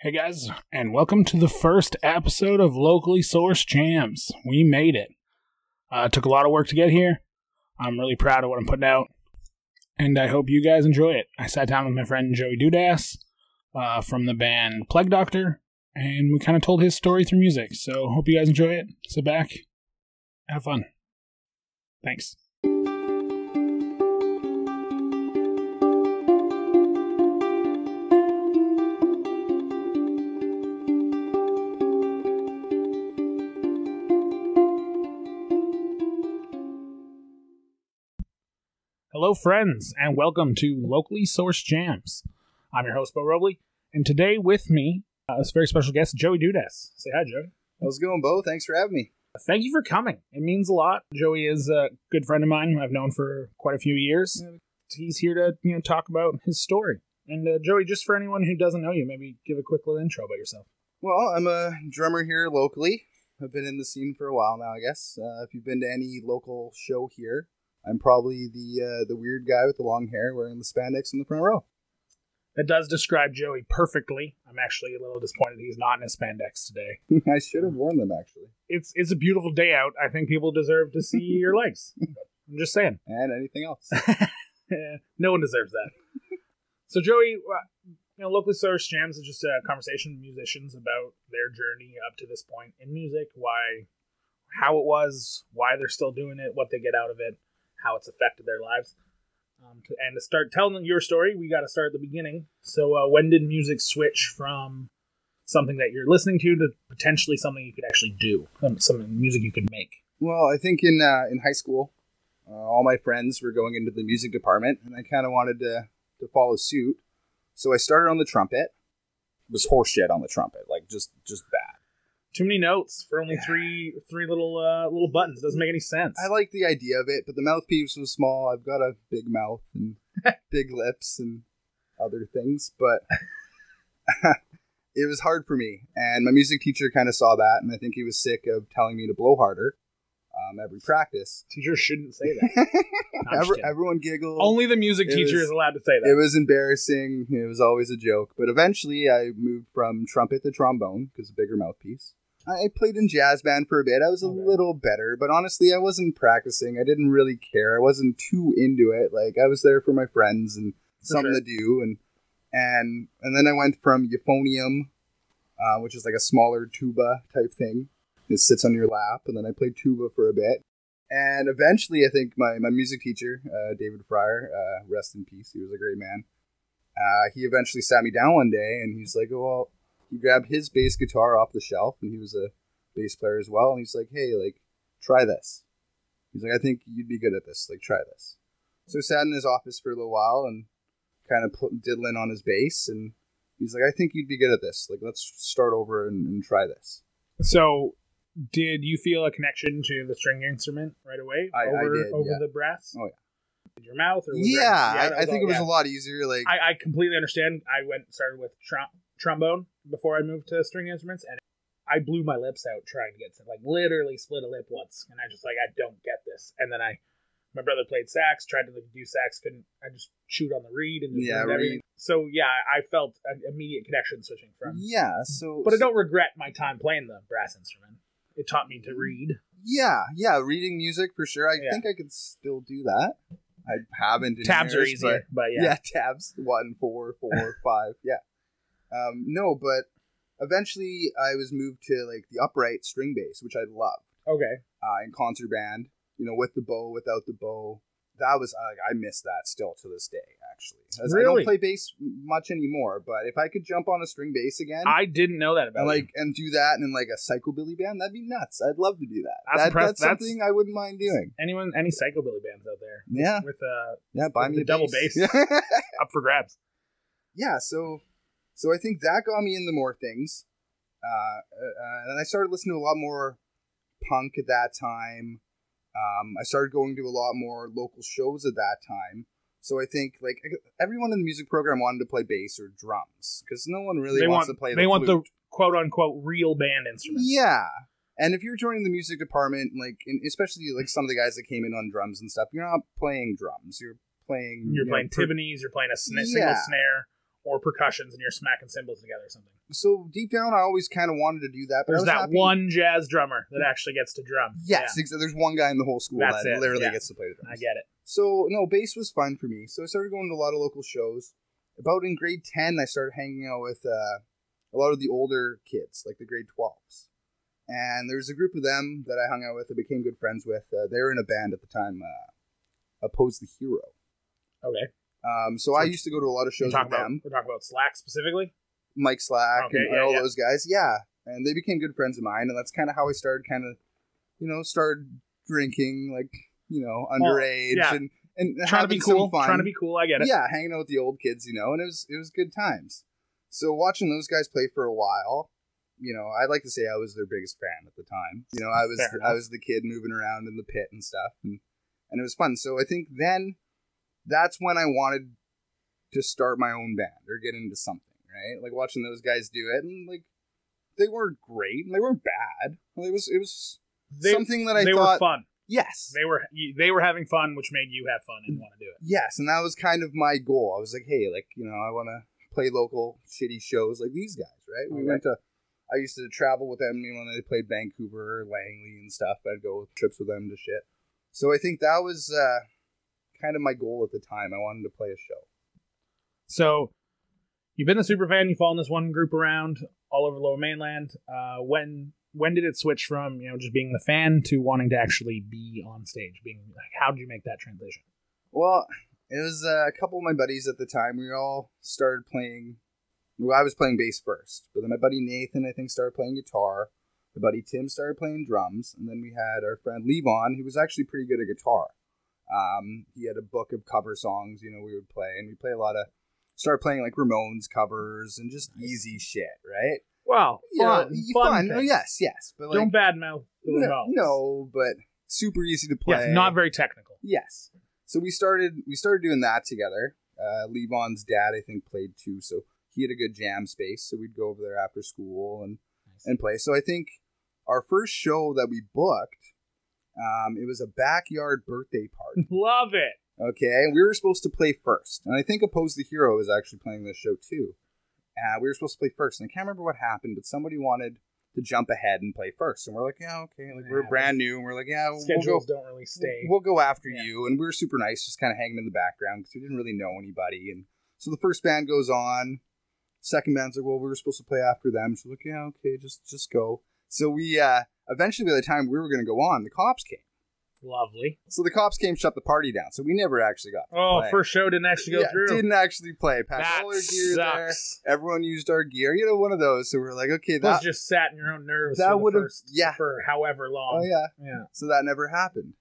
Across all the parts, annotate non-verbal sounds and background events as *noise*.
Hey guys, and welcome to the first episode of Locally Sourced Jams. We made it. Uh, it took a lot of work to get here. I'm really proud of what I'm putting out, and I hope you guys enjoy it. I sat down with my friend Joey Dudas uh, from the band Plague Doctor, and we kind of told his story through music. So hope you guys enjoy it. Sit back, have fun. Thanks. Hello, friends, and welcome to Locally Sourced Jams. I'm your host, Bo Robley, and today with me uh, is a very special guest, Joey Dudas. Say hi, Joey. How's it going, Bo? Thanks for having me. Thank you for coming. It means a lot. Joey is a good friend of mine who I've known for quite a few years. He's here to you know talk about his story. And uh, Joey, just for anyone who doesn't know you, maybe give a quick little intro about yourself. Well, I'm a drummer here locally. I've been in the scene for a while now, I guess. Uh, if you've been to any local show here, I'm probably the uh, the weird guy with the long hair wearing the spandex in the front row. *laughs* That does describe Joey perfectly. I'm actually a little disappointed he's not in his spandex today. I should have worn them actually, It's it's a beautiful day out. I think people deserve to see your *laughs* legs. I'm just saying. and anything else. *laughs* no one deserves that. so, Joey, uh, you know, locally sourced jams is just a conversation with musicians about their journey up to this point in music, why, how it was, why they're still doing it, what they get out of it, how it's affected their lives. Um, to, and to start telling your story, we got to start at the beginning. So, uh, when did music switch from something that you're listening to to potentially something you could actually do, um, some music you could make? well, I think in uh, in high school, uh, all my friends were going into the music department, and I kind of wanted to to follow suit. So I started on the trumpet. It was horseshit on the trumpet, like just just bad. Too many notes for only three three little uh, little buttons. doesn't make any sense. I like the idea of it, but the mouthpiece was small. I've got a big mouth and big lips and other things, but *laughs* it was hard for me. And my music teacher kind of saw that, and I think he was sick of telling me to blow harder um, every practice. Teachers shouldn't say *laughs* that. No, I'm just Every, kidding. everyone giggled. Only the music it teacher was- is allowed to say it that. was embarrassing. It was always a joke. But eventually, I moved from trumpet to trombone because a bigger mouthpiece. I I played in jazz band for a bit. I was a Okay. little better, but honestly, I wasn't practicing. I didn't really care. I wasn't too into it. Like I was there for my friends and For something to do, and and and then I went from euphonium, uh, which is like a smaller tuba type thing. It sits on your lap, and then I played tuba for a bit. And eventually, I think my, my music teacher, uh, David Fryer, uh, rest in peace, he was a great man. Uh, he eventually sat me down one day and he's like, Well, he grabbed his bass guitar off the shelf and he was a bass player as well. And he's like, Hey, like, try this. He's like, I think you'd be good at this. Like, try this. So I sat in his office for a little while and kind of put, diddling on his bass. And he's like, I think you'd be good at this. Like, let's start over and, and try this. So, did you feel a connection to the string instrument right away I- I over did, over yeah. the brass? Oh, yeah. Did your mouth or was Yeah, there- that I, I think all- it was yeah. a lot easier. Like, I, I completely understand. I went started with trom- trombone before I moved to string instruments, and I blew my lips out trying to get some, like literally split a lip once, and I just like I don't get this. And then I, my brother played sax, tried to do sax, couldn't. I just chewed on the reed and just Yeah, ruined reed. everything. So yeah, I I felt an immediate connection switching from yeah, so. But I so- don't regret my time playing the brass instrument. It taught me to read. Yeah, yeah, reading music for sure. I Yeah. think I could still do that. I haven't. In Tabs are years, easier, but- but, yeah. *laughs* tabs one, four, *laughs* four, five. Yeah. Um, no, but eventually I was moved to like the upright string bass, which I love, Okay. uh, in concert band. You know, with the bow, without the bow. That was like I miss that still to this day. Actually, As I Really? don't play bass much anymore, but if I could jump on a string bass again. I didn't know that about and like like and do that in like a psychobilly band that'd be nuts i'd love to do that, That's that impress- that's that's- something i wouldn't mind doing anyone any psychobilly bands out there yeah, with uh yeah. Buy With the me a double *laughs* *laughs* Yeah. up for grabs. yeah. So, so I think that got me into more things, uh, uh, and I started listening to a lot more punk at that time. Um, I started going to a lot more local shows at that time. So I think like everyone in the music program wanted to play bass or drums because no one really They wants want- to play. they the want the flute. Quote unquote real band instruments. Yeah. And if you're joining the music department, like and especially like some of the guys that came in on drums and stuff, you're not playing drums. You're playing. You're you know, playing per- Tiffany's, you're playing a sna- single Yeah. snare or percussions and you're smacking cymbals together or something. So deep down, I always kind of wanted to do that. But I There's was that happy- one jazz drummer that actually gets to drum. Yes, exa- there's one guy in the whole school That's that it, literally yeah. gets to play the Yeah, drums. I get it. So no, bass was fun for me. So I started going to a lot of local shows. About in grade ten, I started hanging out with uh, a lot of the older kids, like the grade twelves. And there was a group of them that I hung out with and became good friends with. Uh, they were in a band at the time, uh, Oppose the Hero. Okay. Um, so I used to go to a lot of We're shows talking, with about, them, we're talking about Slack specifically. Mike Slack Okay, and, and yeah, all yeah. those guys. Yeah, and they became good friends of mine, and that's kind of how I started, kind of, you know, started drinking, like you know, underage yeah. and and Trying to be having some cool. fun. Trying to be cool. I get it. yeah, hanging out with the old kids, you know, and it was it was good times. So watching those guys play for a while, you know, I'd like to say I was their biggest fan at the time. You know, I was Fair enough. I was the kid moving around in the pit and stuff, and and it was fun. So I think then that's when I wanted to start my own band or get into something, right? Like watching those guys do it, and like they weren't great, and they weren't bad. It was it was They, something that I they were thought fun. yes, They were they were having fun, which made you have fun and want to do it. Yes, and that was kind of my goal. I was like, hey, like, you know, I want to play local shitty shows like these guys, right? We Okay. went to, I used to travel with them, you know, when they played Vancouver, Langley, and stuff. I'd go trips with them to shit. So I think that was uh, kind of my goal at the time. I wanted to play a show. So you've been a super fan. You've fallen this one group around all over Lower Mainland. Uh, when when did it switch from you know just being the fan to wanting to actually be on stage? Being like, how did you make that transition? Well, it was uh, a couple of my buddies at the time. We all started playing. Well, I was playing bass first, but then my buddy Nathan, I think, started playing guitar. My buddy Tim started playing drums, and then we had our friend Levon, who was actually pretty good at guitar. Um, he had a book of cover songs, you know, we would play, and we play a lot of. Started playing like Ramones covers and just easy shit, right? Wow, You know, fun, fun. Oh, things. yes, yes, but like Don't badmouth the no, Revolves. no, but super easy to play. yes, not very technical. *laughs* Yes. So we started we started doing that together. Uh, Levon's dad, I think, played too, so he had a good jam space. So we'd go over there after school and and play. So I think our first show that we booked, um, it was a backyard birthday *laughs* party. Love it. Okay, and we were supposed to play first, and I think Oppose the Hero is actually playing this show too. Uh, we were supposed to play first, and I can't remember what happened, but somebody wanted to jump ahead and play first, and we're like, yeah, okay, like we're Yeah, brand new, and we're like, yeah, Uh, we'll go Schedules don't really stay. We'll go after Yeah. you. And we were super nice, just kind of hanging in the background because we didn't really know anybody. And so the first band goes on. Second band's like, well, we were supposed to play after them. She's like, yeah, okay, just just go. So we uh, eventually, by the time we were going to go on, the cops came. Lovely. So the cops came, shut the party down. So we never actually got. to Oh, play. first show didn't actually go Yeah, through. Didn't actually play. Packed that all our gear there. sucks. Everyone used our gear. You know, one of those. So we are like, okay, Plus, that. just sat in your own nerves. that for the would've- first- yeah. for however long. Oh yeah. yeah. So that never happened.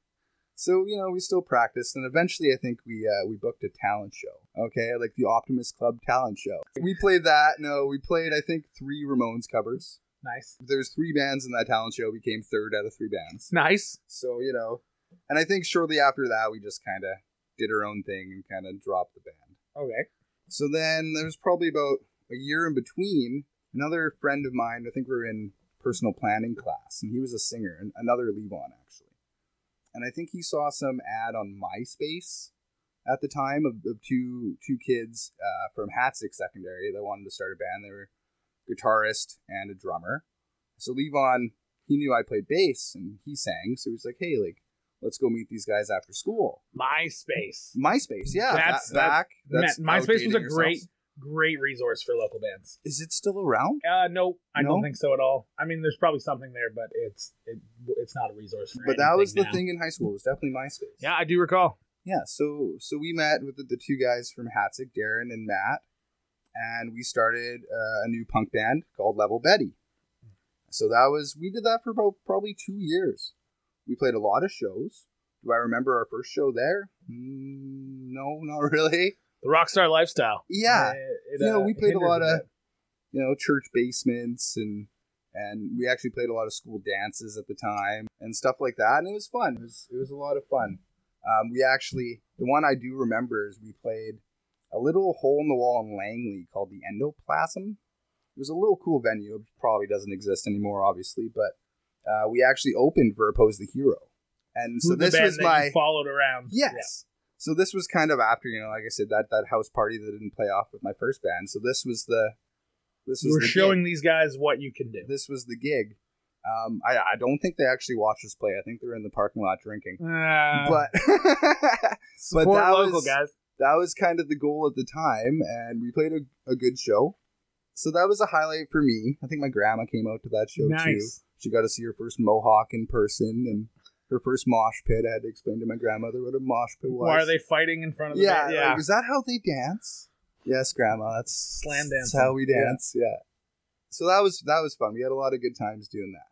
So you know, we still practiced, and eventually, I think we uh, we booked a talent show. Okay, like the Optimist Club talent show. We played that. No, we played I think three Ramones covers. Nice. There's three bands in that talent show. We came third out of three bands. Nice. So you know, and I think shortly after that, we just kind of did our own thing and kind of dropped the band. Okay. So then there was probably about a year in between. Another friend of mine, I think we were in personal planning class, and he was a singer, and another Levon actually. And I think he saw some ad on MySpace at the time of, of two two kids uh, from Hatsick Secondary that wanted to start a band. They were a guitarist and a drummer. So Levon, he knew I played bass and he sang, so he was like, "Hey, like, let's go meet these guys after school." MySpace. MySpace, yeah, That's- that, back. That's Man, MySpace was a outdating great, yourself. great resource for local bands. Is it still around? Uh, no, I No? don't think so at all. I mean, there's probably something there, but it's it, it's not a resource. For But that anything was the now. thing in high school. It was definitely MySpace. Yeah, I do recall. Yeah. So so we met with the, the two guys from Hatsick, Darren and Matt, and we started uh, a new punk band called Level Betty. So that was we did that for about probably two years. We played a lot of shows. Do I remember our first show there? Mm, no, not *laughs* really. The rockstar lifestyle. Yeah. Uh, it, You know, we played a hinders lot of- bit. you know, church basements and and we actually played a lot of school dances at the time and stuff like that, and it was fun. It was it was a lot of fun. Um, we actually the one I do remember is we played a little hole in the wall in Langley called the Endoplasm. It was a little cool venue. It probably doesn't exist anymore, obviously, but uh, we actually opened for Oppose the Hero, and so Who's the this band was that my you followed around. Yes. So this was kind of after, you know, like I said, that that house party that didn't play off with my first band. So this was the this was You were the showing these guys what you can do. gig. this was the gig. Um, I I don't think they actually watched us play. I think they were in the parking lot drinking. Uh, but *laughs* support that local was- guys. that was kind of the goal at the time, and we played a, a good show. So that was a highlight for me. I think my grandma came out to that show too. Nice. She got to see her first mohawk in person and her first mosh pit. I had to explain to my grandmother what a mosh pit was. Why are they fighting in front of the Yeah, band? Yeah. like, is that how they dance? Yes, grandma. That's Slam That's dancing. how we Yeah. dance. Yeah. So that was that was fun. We had a lot of good times doing that.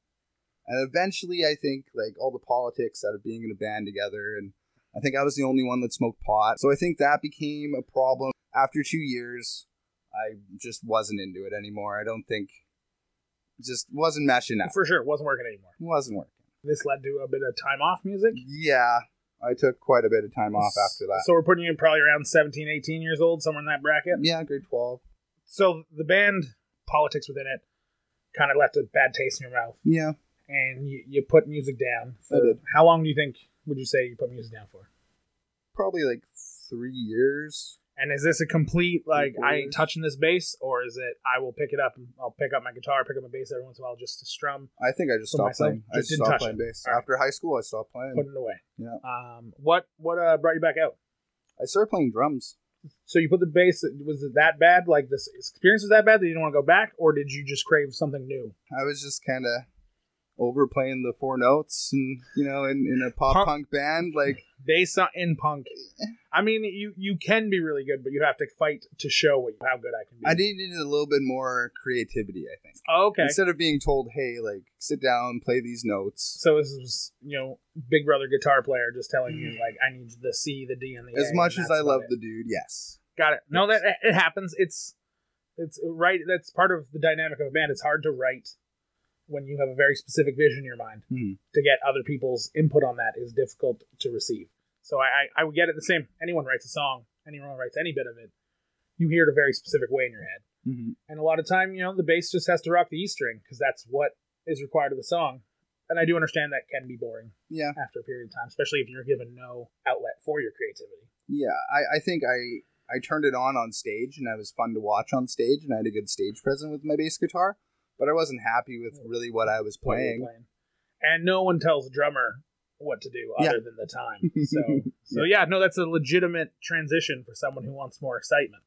And eventually, I think like all the politics out of being in a band together, and I think I was the only one that smoked pot. So I think that became a problem. After two years, I just wasn't into it anymore. I don't think just wasn't meshing out. For sure, it wasn't working anymore. wasn't working. This led to a bit of time off music. Yeah, I took quite a bit of time off after that. So we're putting you probably around 17, 18 years old, somewhere in that bracket. Yeah, grade twelve. So the band, politics within it, kind of left a bad taste in your mouth. Yeah. And you, you put music down. For, I did. How long do you think, would you say you put music down for? probably like three years. And is this a complete, like, Three I ain't years. touching this bass? Or is it, I will pick it up, and I'll pick up my guitar, pick up my bass every once in a while just to strum, I think I just For stopped myself, playing. I just just didn't stopped touch playing it. bass All right. after high school. I stopped playing. put it away? Yeah. Um, what what uh, brought you back out? I started playing drums. So you put the bass, was it that bad? Like, this experience was that bad that you didn't want to go back? Or did you just crave something new? I was just kind of over playing the four notes, and you know, in, in a pop Punk- punk band, like bass on- in punk. I mean, you you can be really good, but you have to fight to show what how good I can be. Oh, I needed a little bit more creativity. I think okay. instead of being told, "Hey, like sit down, play these notes." So this is you know Big Brother guitar player just telling you like I need the C, the D, and the A. as much and as that's I about love it. the dude, yes, got it. No, that it happens. It's it's right. That's part of the dynamic of a band. It's hard to write when you have a very specific vision in your mind. Hmm. To get other people's input on that is difficult to receive. So I, I I would get it the same. Anyone writes a song, anyone writes any bit of it, you hear it a very specific way in your head. mm-hmm. And a lot of time, you know, the bass just has to rock the E string because that's what is required of the song. And I do understand that can be boring yeah, after a period of time, especially if you're given no outlet for your creativity. yeah. I, I think I I turned it on on stage, and I was fun to watch on stage, and I had a good stage presence with my bass guitar. But I wasn't happy with really what I was while you're playing. And no one tells a drummer what to do other than the time. So, *laughs* so yeah, no, that's a legitimate transition for someone who wants more excitement.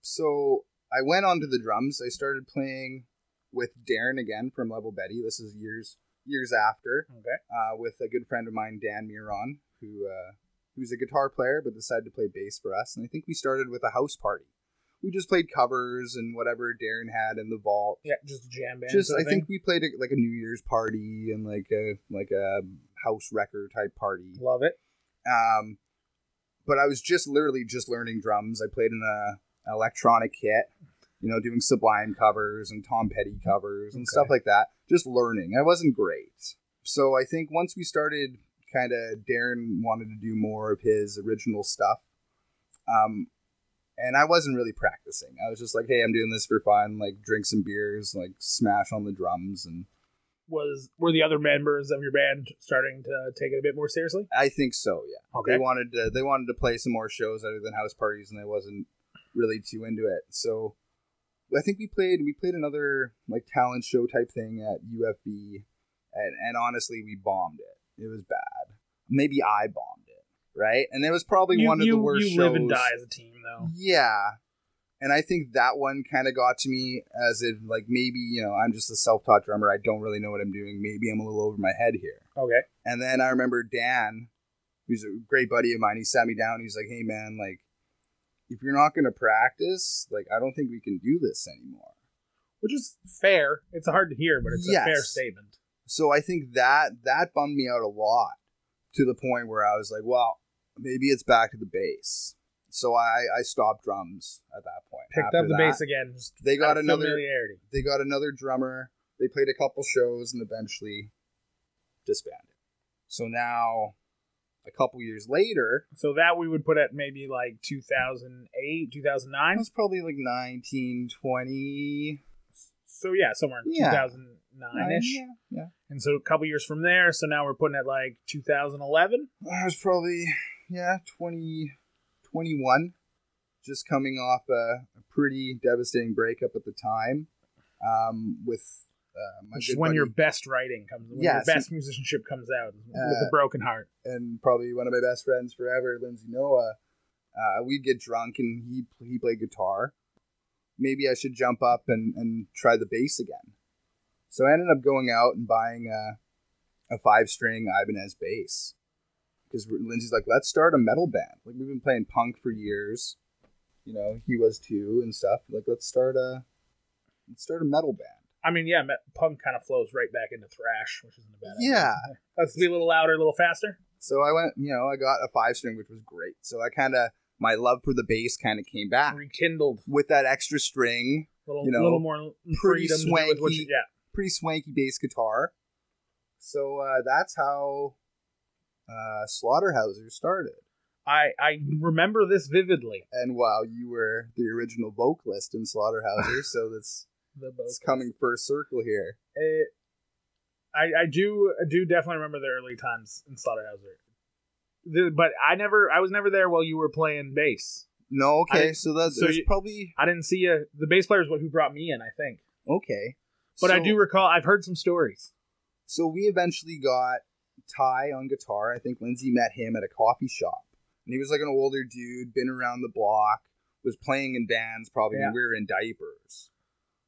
so I went on to the drums. I started playing with Darren again from Level Betty. This is years years after Okay. uh, with a good friend of mine, Dan Miron, who uh, who's a guitar player but decided to play bass for us. And I think we started with a house party. We just played covers and whatever Darren had in the vault. Yeah, just a jam band. Just sort I of think we played a, like a New Year's party and like a like a house record type party. thing. love it. Um, but I was just literally just learning drums. I played in a an electronic kit, you know, doing Sublime covers and Tom Petty covers and Okay. stuff like that. Just learning. I wasn't great. So I think once we started, kind of Darren wanted to do more of his original stuff. Um, and I wasn't really practicing. I was just like, hey, I'm doing this for fun. Like, drink some beers, like, smash on the drums and Was were the other members of your band starting to take it a bit more seriously? I think so, yeah. Okay. They wanted to they wanted to play some more shows other than house parties, and I wasn't really too into it. So I think we played we played another like talent show type thing at UFB, and and honestly, we bombed it. It was bad. Maybe I bombed it, right? And it was probably you, one of you, the worst you shows. live and die as a team, though. Yeah. And I think that one kind of got to me as if, like, maybe, you know, I'm just a self taught drummer. I don't really know what I'm doing. Maybe I'm a little over my head here. Okay. And then I remember Dan, who's a great buddy of mine, he sat me down. He's like, hey, man, like, if you're not going to practice, like, I don't think we can do this anymore. which is fair. It's hard to hear, but it's Yes. a fair statement. So I think that that bummed me out a lot to the point where I was like, well, maybe it's back to the bass. So I, I stopped drums at that point. Picked After up the that, bass again. Just They got out of another familiarity. they got another drummer. They played a couple shows and eventually disbanded. So now, a couple years later, So that we would put at maybe like 2008, I 2009. was probably like 19, 20. So yeah, somewhere in Yeah. 2009 ish. Yeah, yeah. And so a couple years from there. So now we're putting it like 2011. I was probably yeah, 20, 21. Just coming off a, a pretty devastating breakup at the time um, with uh, my Which is good when buddy your best writing comes, when Yes. your best musicianship comes out with Uh, a broken heart. and probably one of my best friends forever, Lindsay Noah. Uh, we'd get drunk and he he played guitar. Maybe I should jump up and, and try the bass again. So I ended up going out and buying a, a five string Ibanez bass because Lindsay's like, let's start a metal band. Like we've been playing punk for years, you know. He was too and stuff. Like let's start a let's start a metal band. I mean, yeah, me- punk kind of flows right back into thrash, which isn't a bad idea. Yeah. Let's be a little louder, a little faster. So I went, you know, I got a five string, which was great. So I kind of my love for the bass kind of came back. Rekindled. with that extra string, little, Ah. You know, little more pretty freedom to do with what you- swanky. yeah. pretty swanky bass guitar. So uh, that's how uh, Slaughterhouser started. I, I remember this vividly. And wow, you were the original vocalist in *laughs* Slaughterhouser, so that's The it's coming first circle here. It, Uh, I, I do I do definitely remember the early times in Slaughterhouser. The, but I never I was never there while you were playing bass. No, okay, I- so that's so there's you- probably I didn't see you. The bass player is what who brought me in, I think. okay, But I So- do recall I've heard some stories. So we eventually got Ty on guitar. I think Lindsay met him at a coffee shop. And he was like an older dude, been around the block, was playing in bands probably Yeah. when we were in diapers.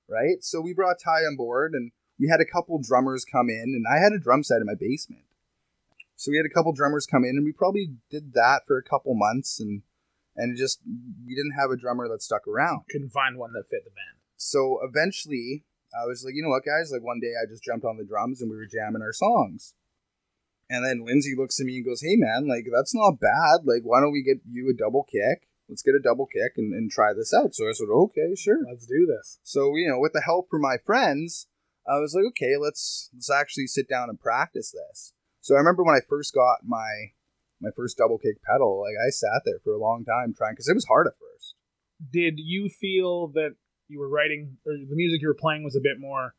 Right? So we brought Ty on board and we had a couple drummers come in and I had a drum set in my basement. So we had a couple drummers come in and we probably did that for a couple months and and it just we didn't have a drummer that stuck around Couldn't find one that fit the band. so eventually I was like, you know what, guys? Like one day I just jumped on the drums and we were jamming our songs. And then Lindsay looks at me and goes, Hey man, like that's not bad. Like, why don't we get you a double kick? Let's get a double kick and, and try this out. So I said, Okay, sure. Let's do this. So, you know, with the help from my friends, I was like, okay, let's let's actually sit down and practice this. So I remember when I first got my my first double kick pedal, like I sat there for a long time trying because it was hard at first. Did you feel that you were writing or the music you were playing was a bit more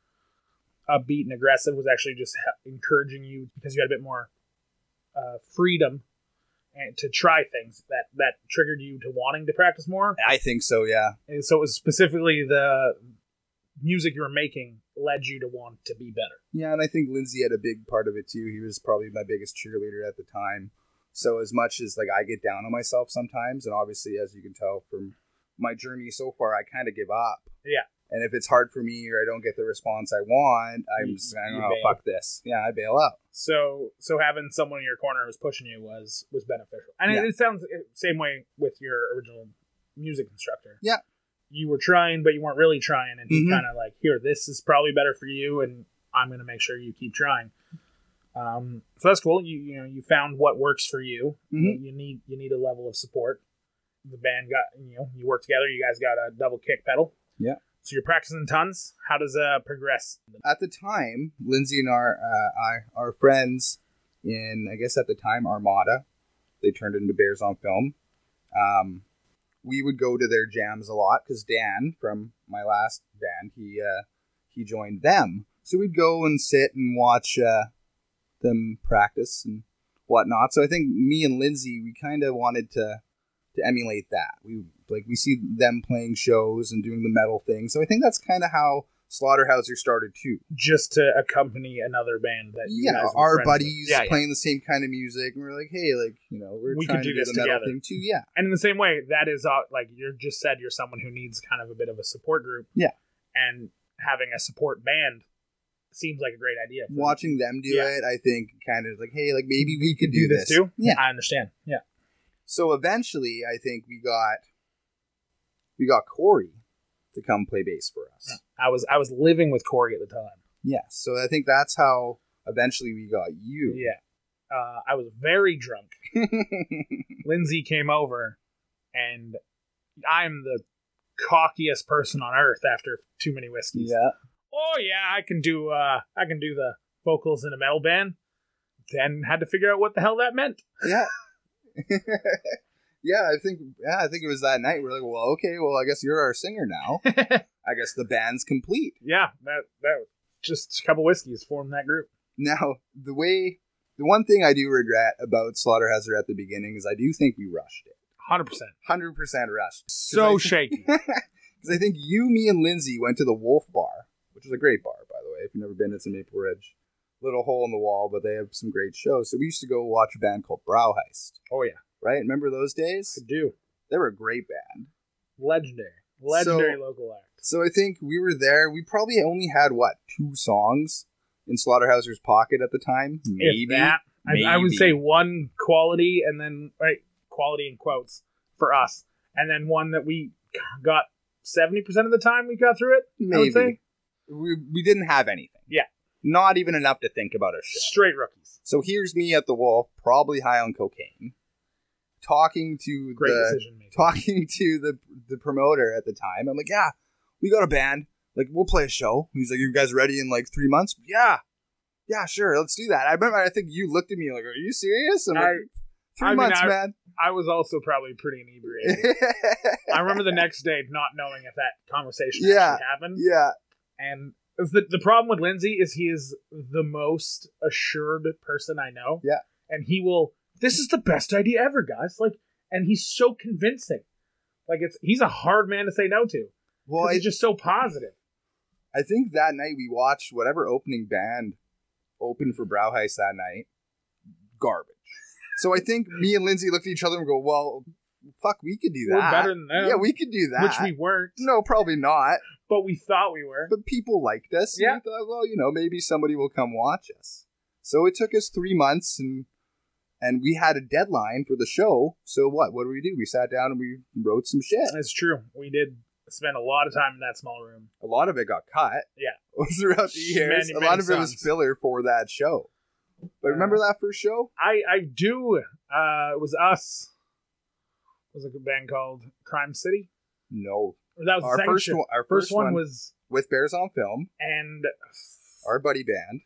upbeat and aggressive? Was actually just he- encouraging you because you had a bit more uh, freedom and to try things that that triggered you to wanting to practice more. I think so, yeah. And so it was specifically the music you were making led you to want to be better. Yeah, and I think Lindsay had a big part of it too. He was probably my biggest cheerleader at the time. So as much as like I get down on myself sometimes, and obviously as you can tell from my journey so far, I kind of give up. Yeah. And if it's hard for me or I don't get the response I want, I'm You- just going, you oh bail. fuck this. Yeah, I bail out. so so having someone in your corner who's pushing you was was beneficial and Yeah. it, it sounds the same way with your original music instructor Yeah. you were trying but you weren't really trying and he Mhm. kind of like here this is probably better for you and i'm going to make sure you keep trying um so that's cool you you know you found what works for you Mhm. you need you need a level of support the band got you know you work together you guys got a double kick pedal Yeah. so you're practicing tons how does uh progress At the time, Lindsay and our uh, our, our friends in I guess at the time Armada, they turned into Bears on Film. Um, we would go to their jams a lot because Dan from my last band he uh, he joined them, so we'd go and sit and watch uh, them practice and whatnot. So I think me and Lindsay we kind of wanted to to emulate that. We like we see them playing shows and doing the metal thing, so I think that's kind of how Slaughterhouser started too just to accompany another band that you yeah, guys were our friends with. buddies Yeah, yeah. playing the same kind of music, and we're like, hey, like you know, we're We could trying do to do this the metal together. thing too. *laughs* Yeah, and in the same way that is uh, like you just said you're someone who needs kind of a bit of a support group Yeah. and having a support band seems like a great idea for- watching them do Yeah. it, I think, kind of like, hey, like maybe we could do, this. too Yeah. i understand yeah So eventually, I think we got we got Corey to come play bass for us. i was i was living with corey at the time Yeah. So I think that's how eventually we got you. yeah uh, i was very drunk lindsay came over and i'm the cockiest person on earth after too many whiskeys *laughs* yeah. oh yeah, I can do uh I can do the vocals in a metal band. Then had to figure out what the hell that meant. Yeah. Yeah, I think yeah, I think it was that night. We're like, well, okay, well, I guess you're our singer now. I guess the band's complete. yeah, that that was just a couple whiskeys formed that group. Now, the way The one thing I do regret about Slaughterhouser at the beginning is I do think we rushed it. 100%. 100% rushed. So *laughs* Cause shaky. Because I think you, me, and Lindsay went to the Wolf Bar, which is a great bar, by the way. If you've never been, it's in Maple Ridge. Little hole in the wall, but they have some great shows. So we used to go watch a band called Brauheist, oh, yeah. right? Remember those days? Could do. They were a great band. Legendary. Legendary So- local act. So I think we were there. We probably only had what two songs in Slaughterhouser's pocket at the time, maybe. If that, I, I would Maybe. say one quality and then, right, quality in quotes for us. And then one that we got 70% of the time we got through it. maybe. I would say. We, we didn't have anything. Yeah. Not even enough to think about a show. Straight rookies. So here's me at the wall, probably high on cocaine, talking to Great the decision making. talking to the the promoter at the time. I'm like, yeah, we got a band. Like, we'll play a show. He's like, you guys ready in like three months? Yeah, yeah, sure, let's do that. I remember. I think you looked at me like, are you serious? I'm like, I, three I mean, months, I- man. I was also probably pretty inebriated. I remember the next day not knowing if that conversation Yeah. actually happened. *laughs* yeah, And the, the problem with Lindsay is he is the most assured person I know. Yeah. And he will, this is the best idea ever, guys. Like, and he's so convincing. Like, it's he's a hard man to say no to. well, Well, I, he's just so positive. I think that night we watched whatever opening band opened for Brauheis that night. Garbage. So I think me and Lindsay looked at each other and go, well, fuck, we could do that. We're better than them. Yeah, we could do that. Which we weren't, no, probably not. but we thought we were. But people liked us. and Yeah. we thought, well, you know, maybe somebody will come watch us. So it took us three months, and and we had a deadline for the show. So what? What did we do? We sat down and we wrote some shit. That's true. We did spend a lot of time in that small room. A lot of it got cut. Yeah. *laughs* Throughout the years, Many, a lot many of it was songs. Uh, filler for that show. But remember that first show? I I do. Uh, it was us. It was a good band called Crime City. No, Or That was our the second first show. one. Our First, one, was was with Bears on Film, and our buddy band,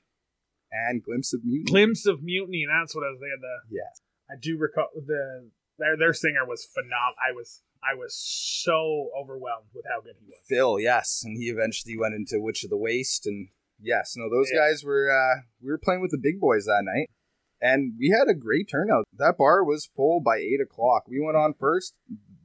and Glimpse of Mutiny. Glimpse of Mutiny. and That's what I was. They had the. Yes. I do recall the their their singer was phenomenal. I was I was so overwhelmed with how good he was. Phil, yes, and he eventually went into Witch of the Waste, and yes, no, those Yeah. guys were uh, we were playing with the big boys that night, and we had a great turnout. That bar was full by eight o'clock. We went on first;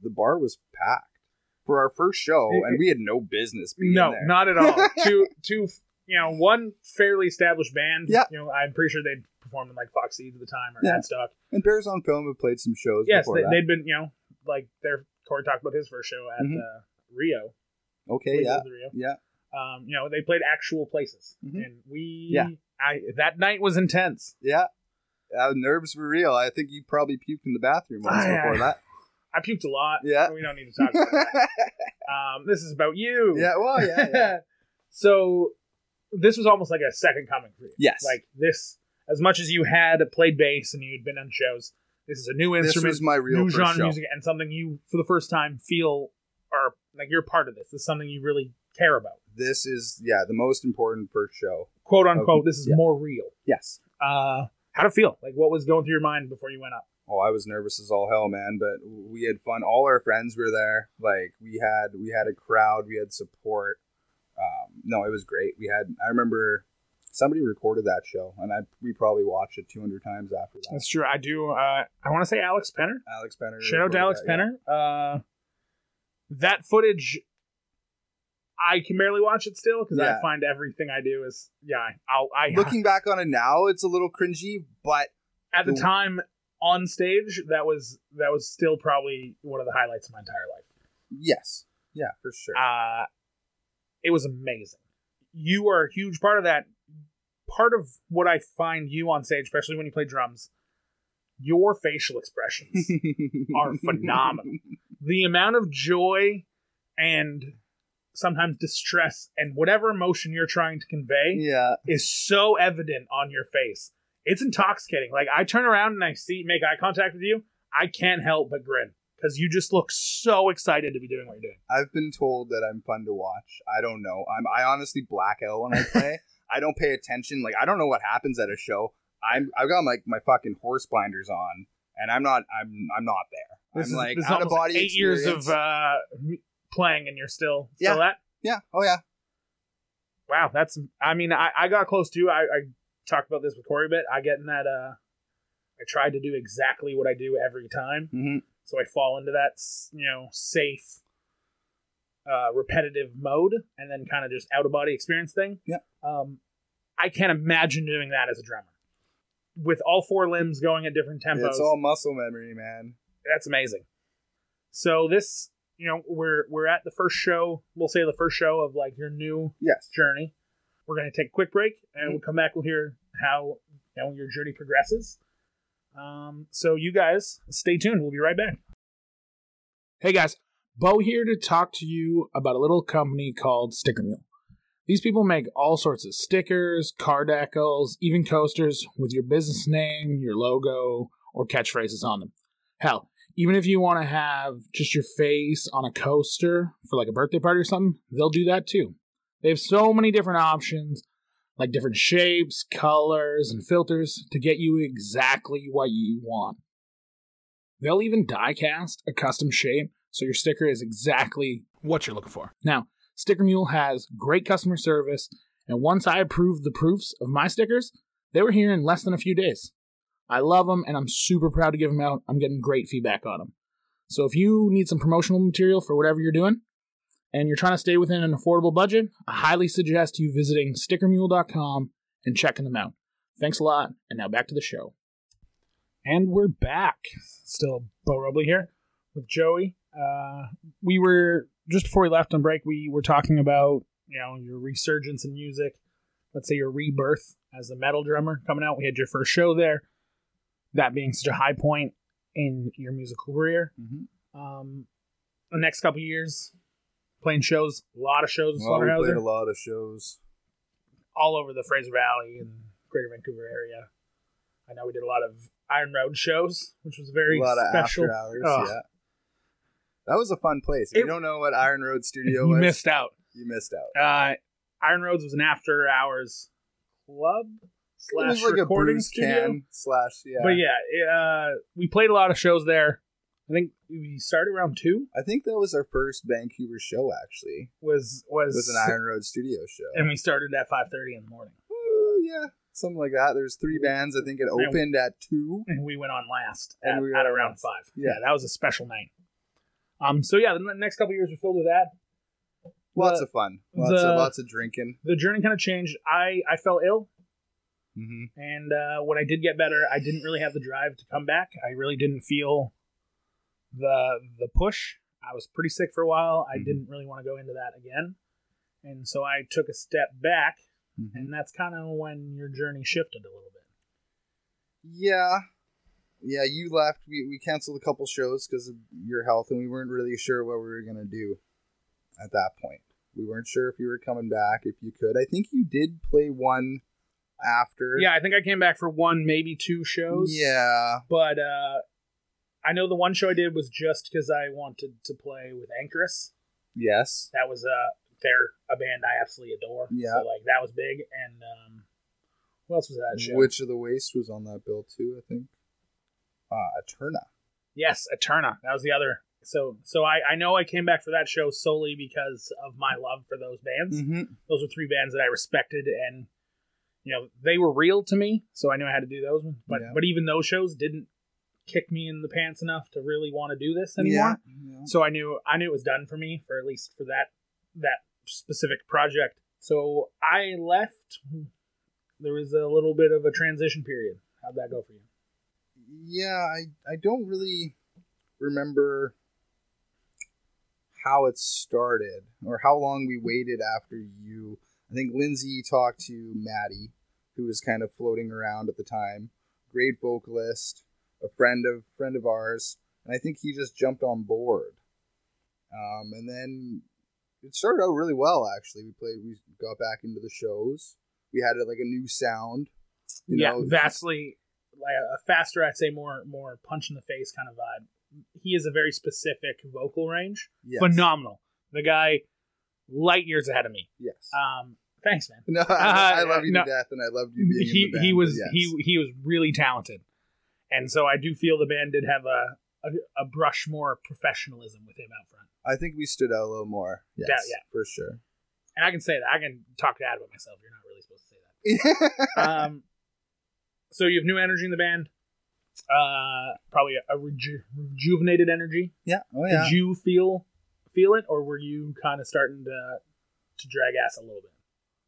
the bar was packed for our first show, It- and we had no business being No, there. not at all. *laughs* two two you know one fairly established band. Yeah. You know I'm pretty sure they'd performed in like Fox Seeds at the time or Yeah. Headstock. and Bears on Film have played some shows. Yes, before they, that. they'd been you know like their Corey talked about his first show at Mhm. uh, Rio. Okay, Places yeah, of the Rio. yeah. Um, you know they played actual places, Mhm. and we Yeah. I that night was intense. Yeah. Uh, nerves were real. I think you probably puked in the bathroom once Aye, before aye. that. I puked a lot. Yeah. *laughs* *laughs* we don't need to talk about that. Um, this is about you. *laughs* yeah, well, yeah. *laughs* yeah. so this was almost like a second coming for you. Yes. Like this, as much as you had played bass and you had been on shows, this is a new this instrument, was my real new first genre show. music, and something you for the first time feel are like you're part of this. This is something you really care about. This is, yeah, the most important first show. Quote unquote, Okay, this is yeah. more real. Yes. Uh, how to feel? Like what was going through your mind before you went up? Oh, I was nervous as all hell, man, but we had fun. All our friends were there. Like we had we had a crowd, we had support. Um, no, it was great. We had I remember somebody recorded that show and I we probably watched it 200 times after that. That's true. I do. Uh, I want to say Alex Penner. Alex Penner. Shout out to recorded Alex that, yeah. Penner. Uh, that footage, I can barely watch it still because Yeah. I find everything I do is yeah. I- I'll, I *laughs* Looking back on it now, it's a little cringy, but at the Ooh. time on stage that was that was still probably one of the highlights of my entire life. yes, yeah, for sure. Uh, it was amazing. You are a huge part of that. Part of what I find you on stage, especially when you play drums, your facial *laughs* expressions. are phenomenal. the amount of joy and sometimes distress and whatever emotion you're trying to convey Yeah, is so evident on your face. It's intoxicating. Like I turn around and I see make eye contact with you, I can't help but grin because you just look so excited to be doing what you're doing. I've been told that I'm fun to watch. I don't know. I'm I honestly black *laughs* out when I play. I don't pay attention. Like I don't know what happens at a show. I'm I've got like my fucking horse blinders on, and I'm not I'm I'm not there. This I'm is- like this is out of almost body. eight years experience. of uh, m- playing, and you're still still at. yeah. Oh yeah. Wow, that's. I mean, I, I got close to. I, I talked about this with Corey a bit. I get in that uh, I try to do exactly what I do every time, hmm so I fall into that s- you know safe, uh, repetitive mode, and then kind of just out of body experience thing. Yeah. Um, I can't imagine doing that as a drummer with all four limbs going at different tempos. It's all muscle memory, man. That's amazing. So this, you know, we're we're at the first show. We'll say the first show of like your new Yes. journey. We're going to take a quick break, and we'll come back. We'll hear how you know, your journey progresses. Um, so you guys stay tuned. We'll be right back. Hey guys, Bo here to talk to you about a little company called Sticker Mule. These people make all sorts of stickers, car decals, even coasters with your business name, your logo, or catchphrases on them. Hell, even if you want to have just your face on a coaster for like a birthday party or something, they'll do that too. They have so many different options, like different shapes, colors, and filters to get you exactly what you want. They'll even die cast a custom shape so your sticker is exactly what you're looking for. Now, Sticker Mule has great customer service, and once I approved the proofs of my stickers, they were here in less than a few days. I love them and I'm super proud to give them out. I'm getting great feedback on them. So if you need some promotional material for whatever you're doing, and you're trying to stay within an affordable budget, I highly suggest you visiting stickermule.com and checking them out. Thanks a lot, and now back to the show. And we're back. Still Bo Robley here with Joey. Uh, we were just before we left on break, we were talking about you know your resurgence in music. Let's say your rebirth as a metal drummer coming out. We had your first show there. That being such a high point in your musical career Mm-hmm. um, the next couple of years, playing shows, a lot of shows in Well, we Slaughterhouse, played a lot of shows. all over the Fraser Valley and Greater Vancouver area. I know we did a lot of Iron Road shows, which was very a lot of special. after hours. Ugh. Yeah, that was a fun place. If It- you don't know what Iron Road Studio you was, missed out. you missed out. Uh, Iron Roads was an after hours club It slash was like a recording booze studio. can slash yeah. But yeah, it, uh, we played a lot of shows there. I think we started round two. I think that was our first Vancouver show. Actually, Was it was, was an Iron Road Studio show. and we started at five thirty in the morning, Oh, yeah, something like that. There's three bands. I think it And- opened at two. and we went on last And at, we at went on around last. five. Yeah. Yeah. that was a special night. Um, so yeah, the n- next couple years were filled with that. Lots the- of fun. Lots the- of lots of drinking. The journey kind of changed. I I fell ill, hmm and uh, when I did get better, I didn't really have the drive to come back. I really didn't feel the the push. I was pretty sick for a while. I Mhm. didn't really want to go into that again, and so I took a step back, hmm and that's kind of when your journey shifted a little bit. Yeah. Yeah, you left. We, we canceled a couple shows because of your health, and we weren't really sure what we were going to do at that point. We weren't sure if you were coming back, if you could. I think you did play one after. Yeah, I think I came back for one, maybe two shows. Yeah. but uh, I know the one show I did was just because I wanted to play with Anchorus. Yes. That was uh, they're a band I absolutely adore. Yeah. so, like that was big. And um, what else was that show? Which of the Waste was on that bill, too, I think. Uh, Eterna. yes, Eterna. That was the other. So so I I know I came back for that show solely because of my love for those bands. Mm-hmm. Those were three bands that I respected and. You know they were real to me, so I knew I had to do those. Ones. But Yeah. but even those shows didn't kick me in the pants enough to really want to do this anymore. Yeah. yeah. so I knew I knew it was done for me for at least for that that specific project. So I left. There was a little bit of a transition period. How'd that go for you? yeah I, I don't really remember how it started or how long we waited after you i think lindsay talked to maddie who was kind of floating around at the time great vocalist a friend of friend of ours and i think he just jumped on board um, and then it started out really well actually we played we got back into the shows we had like a new sound you yeah, know, vastly like a faster, I'd say more more punch in the face kind of vibe. He has a very specific vocal range. yes, Phenomenal. The guy, light years ahead of me. yes. Um, thanks, man. *laughs* No, I, I Uh, love you no. to death, and I loved you being he in the band. he but was yes. he he was really talented, and so I do feel the band did have a a, a brush more professionalism with him out front, I think we stood out a little more. Yes, Yeah, yeah. for *laughs* sure. *laughs* *laughs* and I can say that I can talk that about myself. You're not really supposed to say that. Um, So you have new energy in the band. Uh, probably a, a reju- rejuvenated energy. Yeah. Oh yeah. Did you feel feel it, or were you kind of starting to to drag ass a little bit?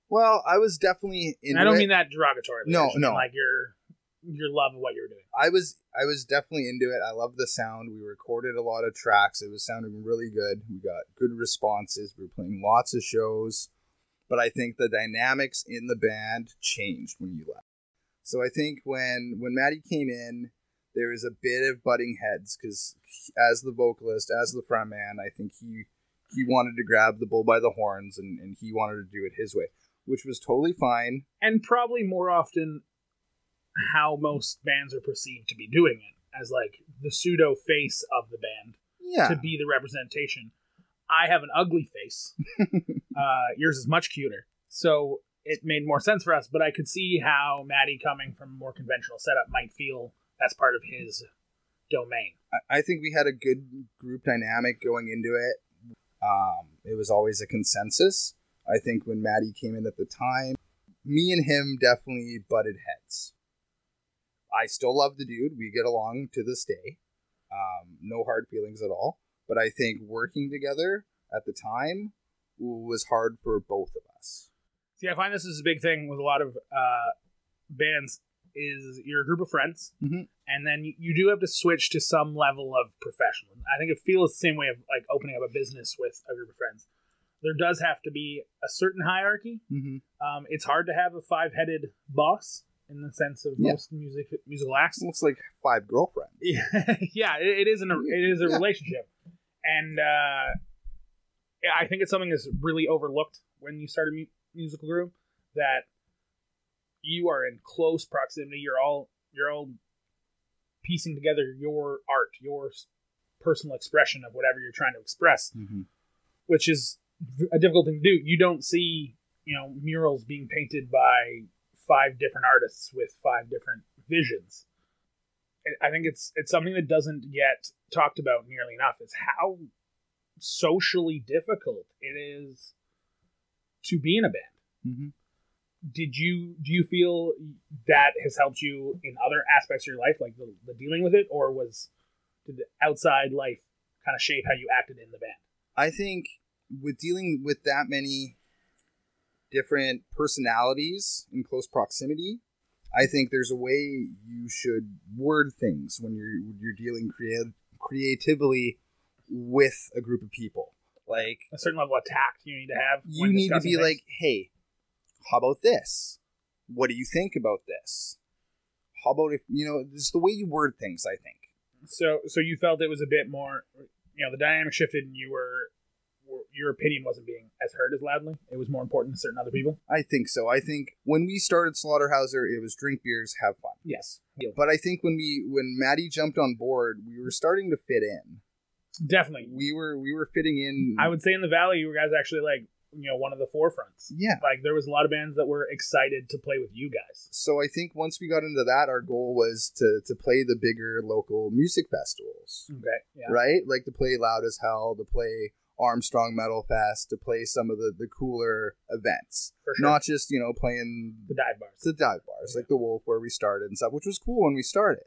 well, I was definitely in. And I don't mean that derogatorily. No, I just mean, no. Like your your love of what you were doing. I was I was definitely into it. I loved the sound. We recorded a lot of tracks. It was sounding really good. We got good responses. We were playing lots of shows. But I think the dynamics in the band changed when you left. So I think when when Maddie came in, there was a bit of butting heads because as the vocalist, as the frontman, I think he he wanted to grab the bull by the horns and, and he wanted to do it his way, which was totally fine. and probably more often how most bands are perceived to be doing it as like the pseudo face of the band Yeah. to be the representation i have an ugly face uh, yours is much cuter so it made more sense for us but i could see how maddie coming from a more conventional setup might feel that's part of his domain I- I think we had a good group dynamic going into it. Um, it was always a consensus. I think when Maddie came in at the time, me and him definitely butted heads. I still love the dude. We get along to this day. Um, no hard feelings at all. But I think working together at the time was hard for both of us. See, I find this is a big thing with a lot of uh, bands is you're a group of friends, Mhm. and then you- you do have to switch to some level of professional. I think it feels the same way of like opening up a business with a group of friends. There does have to be a certain hierarchy. Mm-hmm. Um, it's hard to have a five-headed boss in the sense of Yeah. most music musical acts. Looks like five girlfriends. Yeah, *laughs* yeah, it, it is an it is a Yeah. relationship, and uh, yeah, I think it's something that's really overlooked when you start a mu- musical group that you are in close proximity. You're all you're all piecing together your art, your s- personal expression of whatever you're trying to express, Mm-hmm. which is v- a difficult thing to do. You don't see you know murals being painted by five different artists with five different visions. I- I think it's it's something that doesn't get talked about nearly enough is how socially difficult it is to be in a band. Mm-hmm. Did you do you feel that has helped you in other aspects of your life, like the, the dealing with it, or was did the outside life kind of shape how you acted in the band? I think with dealing with that many different personalities in close proximity, I think there's a way you should word things when you're when you're dealing creative creatively with a group of people. Like A certain level of tact you need to have. you when need to discussing be things. like, hey, how about this? What do you think about this? How about if you know just the way you word things? I think. so. So you felt it was a bit more, you know, the dynamic shifted, and you were were- your opinion wasn't being as heard as loudly. It was more important to certain other people. I think so. I think when we started Slaughterhouser, it was drink beers, have fun. Yes. But I think when we when Maddie jumped on board, we were starting to fit in. Definitely. We were we were fitting in. I would say in the Valley, you guys actually like, you know, one of the forefronts. yeah. Like, there was a lot of bands that were excited to play with you guys. So I think once we got into that, our goal was to to play the bigger local music festivals, Okay. Yeah. right? Like to play Loud as Hell, to play Armstrong Metal Fest, to play some of the the cooler events, For sure. not just you know playing the dive bars. to the dive bars Yeah. like the Wolf where we started and stuff, which was cool when we started.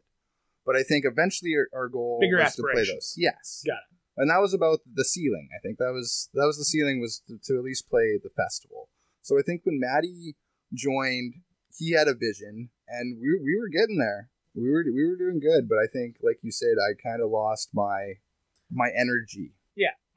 But I think eventually our, our goal Bigger was to play aspirations. those. Yes, Got it. And that was about the ceiling. I think that was that was the ceiling was to, to at least play the festival. So I think when Maddie joined, he had a vision, and we we were getting there. We were we were doing good, but I think, like you said, I kind of lost my my energy.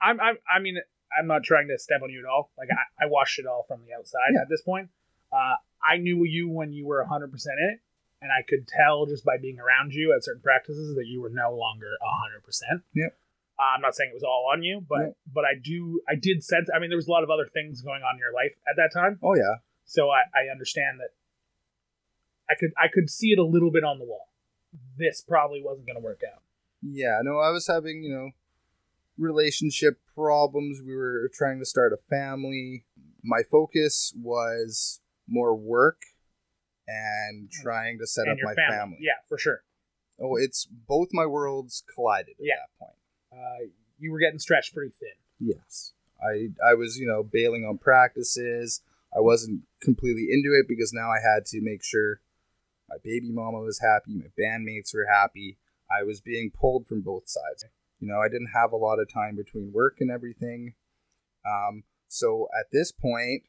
I'm, I'm, I mean, I'm not trying to step on you at all. Like, I, I watched it all from the outside Yeah. at this point. Uh, I knew you when you were 100% in it. And I could tell just by being around you at certain practices that you were no longer 100%. Yep. Uh, I'm not saying it was all on you, but Yep. but I do I did sense. I mean, there was a lot of other things going on in your life at that time. Oh yeah, So I, I understand that I could I could see it a little bit on the wall. This probably wasn't going to work out. yeah. No, I was having you know relationship problems. We were trying to start a family. My focus was more work and trying to set And up your my family. family. yeah, for sure. Oh, it's both my worlds collided at Yeah. that point. Uh, you were getting stretched pretty thin. Yes. I I was, you know, bailing on practices. I wasn't completely into it because now I had to make sure My baby mama was happy. My bandmates were happy. I was being pulled from both sides. You know, I didn't have a lot of time between work and everything. Um, so at this point,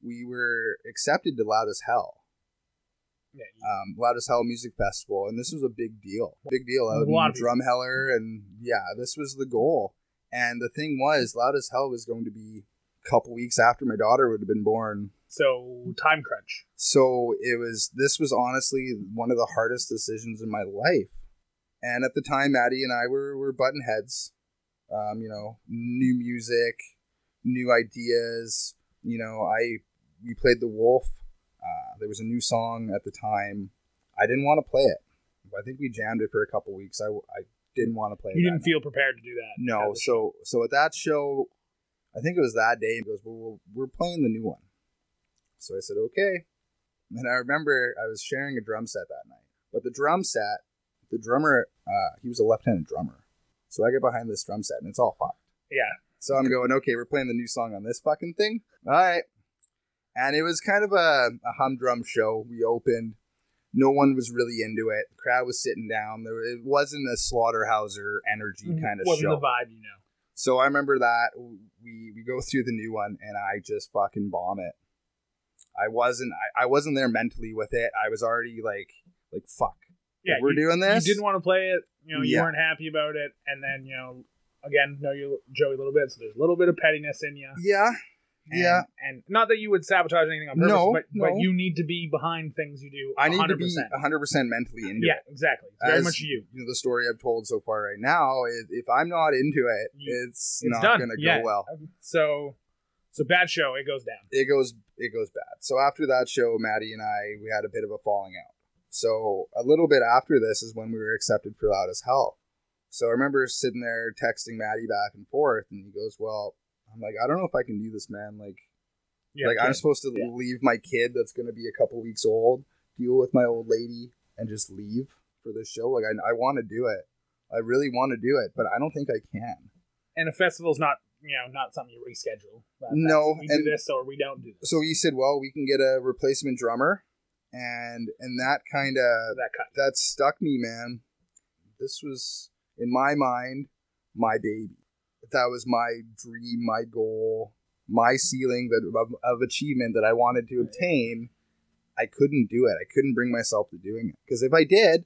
we were accepted to Loud as Hell, Yeah, you- um, Loud as Hell Music Festival, and this was a big deal. Big deal out A lot of in Drumheller, and yeah, this was the goal. And the thing was, Loud as Hell was going to be a couple weeks after my daughter would have been born. so time crunch. So it was this was honestly one of the hardest decisions in my life. And at the time Maddie and I were were button heads. Um, you know, new music, new ideas, you know, I we played The Wolf. Uh, there was a new song at the time. I didn't want to play it. I think we jammed it for a couple weeks. I, I didn't want to play it. You that didn't feel prepared to do that. no, That was- so so at that show, I think it was that day. He goes, "Well, we're- we're playing the new one." So I said, "Okay." And I remember I was sharing a drum set that night, but the drum set, the drummer, uh, he was a left-handed drummer. So I get behind this drum set, and it's all fucked. Yeah. So I'm going, "Okay, we're playing the new song on this fucking thing." All right. And it was kind of a, a humdrum show. We opened. No one was really into it. The crowd was sitting down. There, it wasn't a slaughterhouser energy kind of Mm, wasn't show. the vibe, you know. So I remember that we we go through the new one and I just fucking bomb it. I wasn't I, I wasn't there mentally with it. I was already like like fuck. Yeah, we're you, doing this. you didn't want to play it. You know, you Yeah. weren't happy about it, and then you know, again, know you Joey a little bit, so there's a little bit of pettiness in you. yeah. And, Yeah. and not that you would sabotage anything on purpose, No, but no. but you need to be behind things you do. I need 100%. to be 100% mentally into Yeah, it. exactly. It's very As- much you. You know, the story I've told so far right now is if I'm not into it, You- it's, It's not done. going to yeah. go well. So, so bad show. It goes down. it goes it goes bad. So after that show, Maddie and I we had a bit of a falling out. So a little bit after this is when we were accepted for Loud as Hell. So I remember sitting there texting Maddie back and forth, and he goes, "Well, I'm like, I don't know if I can do this, man. Like, Yeah, like I'm good. supposed to Yeah. leave my kid that's going to be a couple weeks old, deal with my old lady, and just leave for this show. Like, I I want to do it. I really want to do it, but I don't think I can. and a festival's not you know not something you reschedule. That- No, that's- we do and- this or we don't do this. So he said, "Well, we can get a replacement drummer," and and that kind of that cut. that stuck me, man. This was, in my mind, my baby. That was my dream, my goal, my ceiling that of, of achievement that I wanted to obtain. I couldn't do it. I couldn't bring myself to doing it because if I did,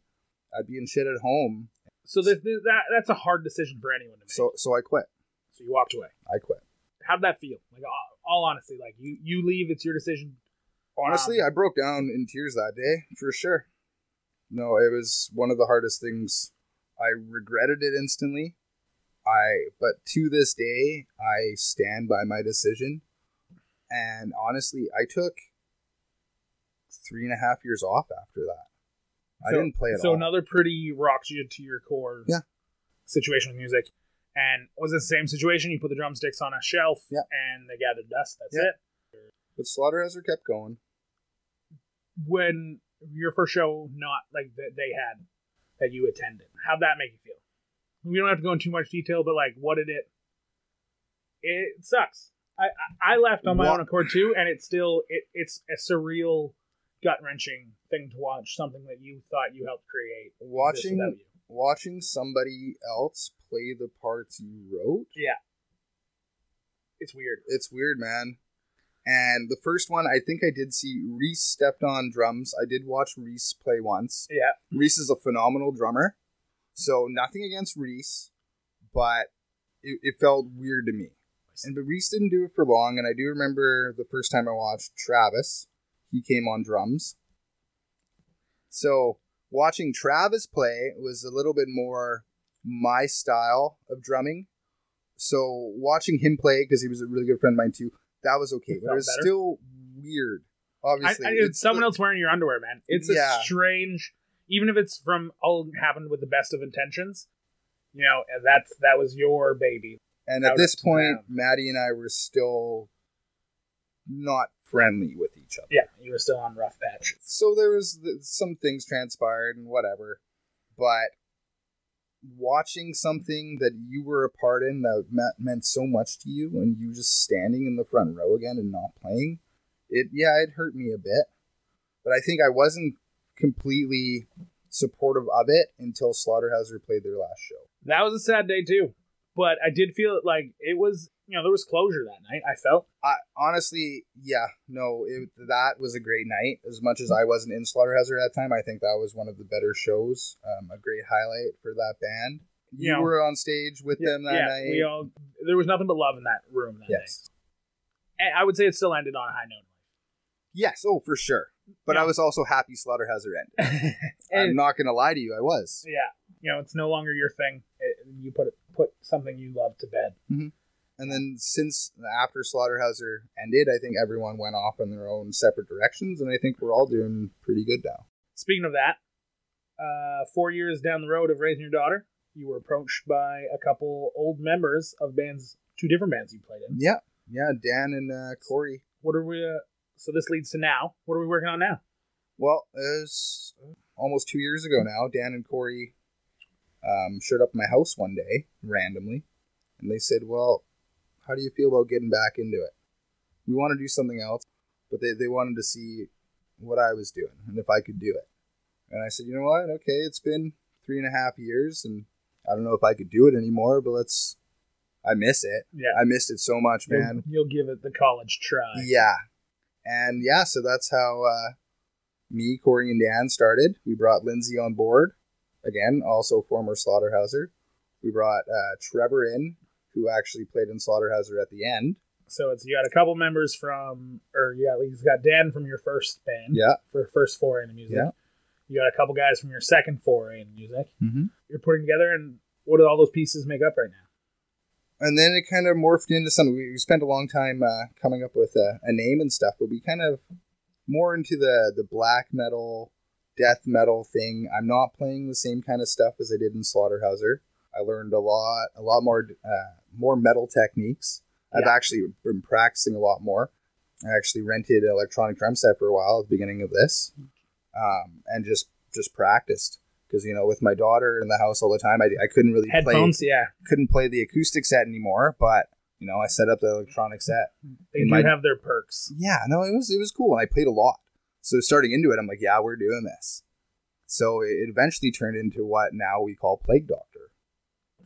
I'd be in shit at home. So this, this, that that's a hard decision for anyone to make. So so I quit. so you walked away. I quit. How'd that feel? Like all, all honesty, like you you leave, it's your decision. Um, Honestly, I broke down in tears that day for sure. No, it was one of the hardest things. I regretted it instantly. I but to this day, I stand by my decision. And honestly, I took three and a half years off after that. I So- didn't play at so all. another pretty rocks you to your core. Yeah. Situation with music, and was it the same situation? You put the drumsticks on a shelf, Yeah. and they gathered dust. That's Yeah. it. but Slaughterhouser kept going. When your first show, not like that they had that you attended, how'd that make you feel? We don't have to go into too much detail, but like, what did it? It sucks. I I, I left on my What- own accord too, and it's still it, it's a surreal, gut wrenching thing to watch. Something that you thought you helped create. exist Watching without you. watching somebody else play the parts you wrote it's weird. it's weird, man. And the first one, I think I did see Reese stepped on drums. I did watch Reese play once. Yeah. Reese is a phenomenal drummer, so nothing against Reese, but it, it felt weird to me. And but Reese didn't do it for long. And I do remember the first time I watched Travis, he came on drums. So watching Travis play was a little bit more my style of drumming. So watching him play because he was a really good friend of mine too. That was okay, It but it felt was better. still weird. I, I, Obviously, it's someone else wearing your underwear, man. It's Yeah. a strange, even if it's from all happened with the best of intentions. You know, and that's that was your baby. And at out this to point, them. Maddie and I were still not friendly with each other. Yeah, you were still on rough patch. So there was th- some things transpired and whatever, but watching something that you were a part in that me- meant so much to you, and you just standing in the front row again and not playing, it yeah, it hurt me a bit. But I think I wasn't completely supportive of it until Slaughterhouser played their last show. That was a sad day too, but I did feel like it was you know there was closure that night. I felt I honestly, yeah, no, it, that was a great night. As much as I wasn't in Slaughterhouse at that time, I think that was one of the better shows. Um, a great highlight for that band. You Yeah. were on stage with them that yeah, night. we all there was nothing but love in that room that yes, night. And I would say it still ended on a high note. yes, oh for sure. But Yeah. I was also happy Slaughterhouse ended. I'm *laughs* And- not gonna lie to you, I was. yeah, you know it's no longer your thing. It, you put put something you love to bed. And then since after Slaughterhouse ended, I think everyone went off in their own separate directions, and I think we're all doing pretty good now. Speaking of that, uh, four years down the road of raising your daughter, you were approached by a couple old members of bands, two different bands you played in. Yeah, yeah. Dan and uh, Corey What are we? Uh, so this leads to now. What are we working on now? Well, it was almost two years ago now. Dan and Corey um, showed up at my house one day randomly, and they said, "Well, how do you feel about getting back into it? We want to do something else, but they they wanted to see what I was doing and if I could do it." And I said, "You know what? Okay, it's been three and a half years, and I don't know if I could do it anymore, but let's." I miss it. Yeah, I missed it so much, man. You'll, you'll give it the college try. Yeah. And yeah, so that's how uh, me, Corey, and Dan started. We brought Lindsay on board, again, also former Slaughterhouser. We brought uh, Trevor in, who actually played in Slaughterhouser at the end. So it's you got a couple members from, or you got you got Dan from your first band, Yeah. for first foray into music. Yeah. You got a couple guys from your second foray into music. Mm-hmm. You're putting together, and what do all those pieces make up right now? And then it kind of morphed into something. We we spent a long time uh, coming up with a, a name and stuff, but we kind of more into the, the black metal, death metal thing. I'm not playing the same kind of stuff as I did in Slaughterhouser. I learned a lot, a lot more, uh, more metal techniques. I've Yeah. actually been practicing a lot more. I actually rented an electronic drum set for a while at the beginning of this, um, and just just practiced because you know with my daughter in the house all the time, I, I couldn't really play Headphones, yeah, couldn't play the acoustic set anymore. But you know, I set up the electronic set. they In do my- have their perks. Yeah, no, it was it was cool, and I played a lot. So starting into it, I'm like, yeah, we're doing this. So it eventually turned into what now we call Plague Doctor.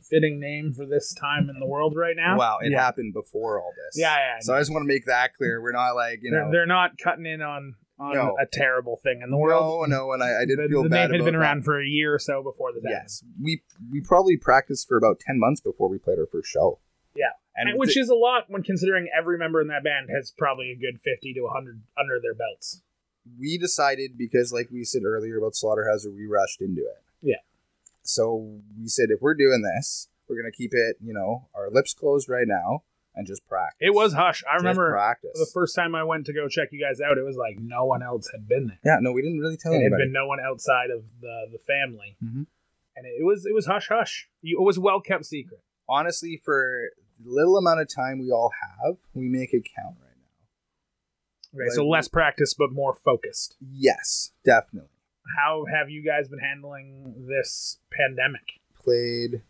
Fitting name for this time in the world right now. Wow, it Yeah. happened before all this. Yeah, yeah, I So I just want to make that clear. We're not like you they're, know. they're not cutting in on, on No. a terrible thing in the world. No, no, and I, I did the, feel the bad name had about been that. around for a year or so before this. happened. Yes, we we probably practiced for about ten months before we played our first show. Yeah. and, And which is a lot when considering every member in that band has probably a good fifty to hundred under their belts. we decided because like we said earlier about slaughterhouse we rushed into it Yeah. so we said if we're doing this we're gonna keep it you know our lips closed right now and just practice It was hush. I Just remember practice the first time I went to go check you guys out, it was like no one else had been there. yeah no we didn't really tell It had anybody been no one outside of the the family, Mhm. and it was it was hush hush. You- It was well kept secret. honestly for the little amount of time we all have we make it count right now Okay, so Like- less practice but more focused. yes definitely How have you guys been handling this pandemic? played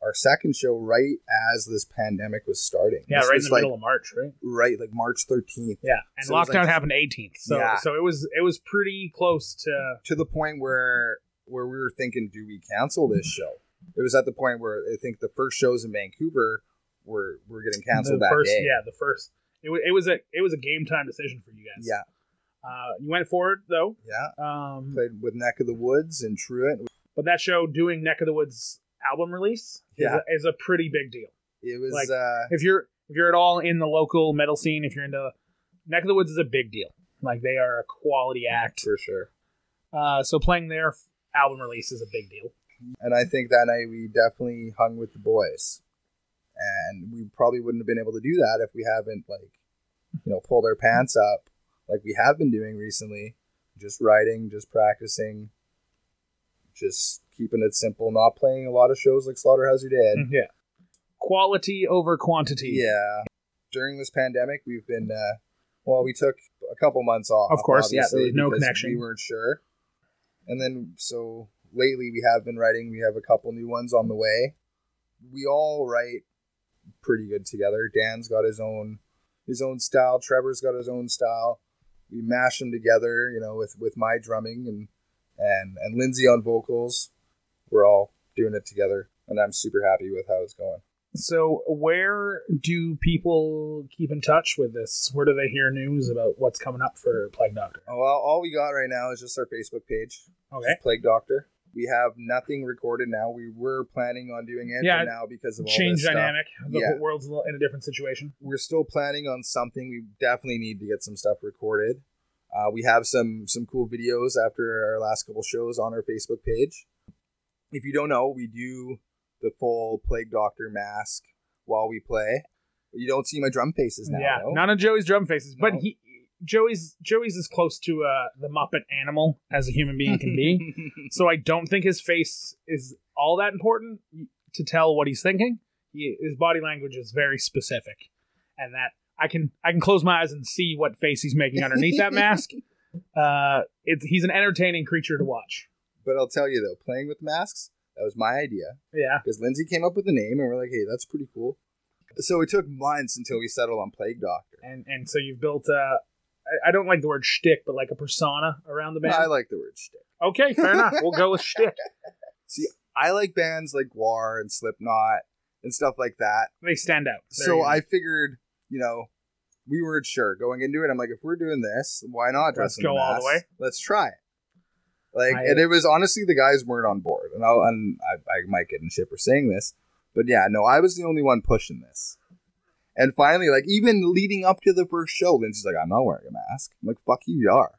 our second show right as this pandemic was starting Yeah, This right in was the like middle of March, right? right like march 13th Yeah, and So it was lockdown like- happened 18th, so Yeah. so it was it was pretty close to to the point where where we were thinking, do we cancel this Mm-hmm. show? It was at the point where I think the first shows in Vancouver were were getting canceled the that first. day. Yeah, the first. It, wa- it was a it was a game time decision for you guys. yeah, uh, you went forward though, yeah. um, Played with Neck of the Woods and Truant. but that show doing Neck of the Woods album release Yeah. is, a, is a pretty big deal. It was Like- uh, If you're if you're at all in the local metal scene, if you're into Neck of the Woods is a big deal. Like they are a quality act. for sure. Uh, so playing their f- album release is a big deal. And I think that night we definitely hung with the boys, and we probably wouldn't have been able to do that if we haven't like, you know, pulled our pants up like we have been doing recently, just writing, just practicing, just keeping it simple, not playing a lot of shows like Slaughterhouse did. Mm-hmm. Yeah, quality over quantity. Yeah. During this pandemic, we've been uh, well, we took a couple months off. Of course, yeah, there obviously, was no because connection. We weren't sure, and then so lately we have been writing. We have a couple new ones on the way. We all write pretty good together. Dan's got his own his own style. Trevor's got his own style. We mash them together, you know, with with my drumming and and and Lindsay on vocals. We're all doing it together, and I'm super happy with how it's going. So, where do people keep in touch with this? Where do they hear news about what's coming up for Plague Doctor? Well, all we got right now is just our Facebook page, Okay. just Plague Doctor. We have nothing recorded now. We were planning on doing it, Yeah, but now because of all Change this stuff, dynamic. The Yeah. whole world's a little- in a different situation. we're still planning on something. We definitely need to get some stuff recorded. Uh, we have some some cool videos after our last couple shows on our Facebook page. If you don't know, we do the full Plague Doctor mask while we play. You don't see my drum faces now. yeah, no? *laughs* none of Joey's drum faces, but No. he Joey's Joey's as close to uh, the Muppet animal as a human being can *laughs* be. so I don't think his face is all that important to tell what he's thinking. He, his body language is very specific, and that I can I can close my eyes and see what face he's making underneath *laughs* that mask. Uh, it's he's an entertaining creature to watch. but I'll tell you though, playing with masks that was my idea Yeah, because Lindsay came up with the name, and we're like, hey, that's pretty cool. So it took months until we settled on Plague Doctor. and and so you've built uh, I, I don't like the word shtick, but like a persona around the band. I like the word shtick. okay, fair enough. We'll *laughs* go with shtick. I like bands like War and Slipknot and stuff like that. They stand out. They're so unique. I figured, you know, we were sure going into it. I'm like, if we're doing this, why not dress Let's in the go all the mask? way. Let's try it. Like, I- and it was honestly the guys weren't on board, and, I'll, and I, I might get in shit for saying this, but yeah, no, I was the only one pushing this. And finally, like even leading up to the first show, Lindsay's like, "I'm not wearing a mask." I'm like, "Fuck you, you are."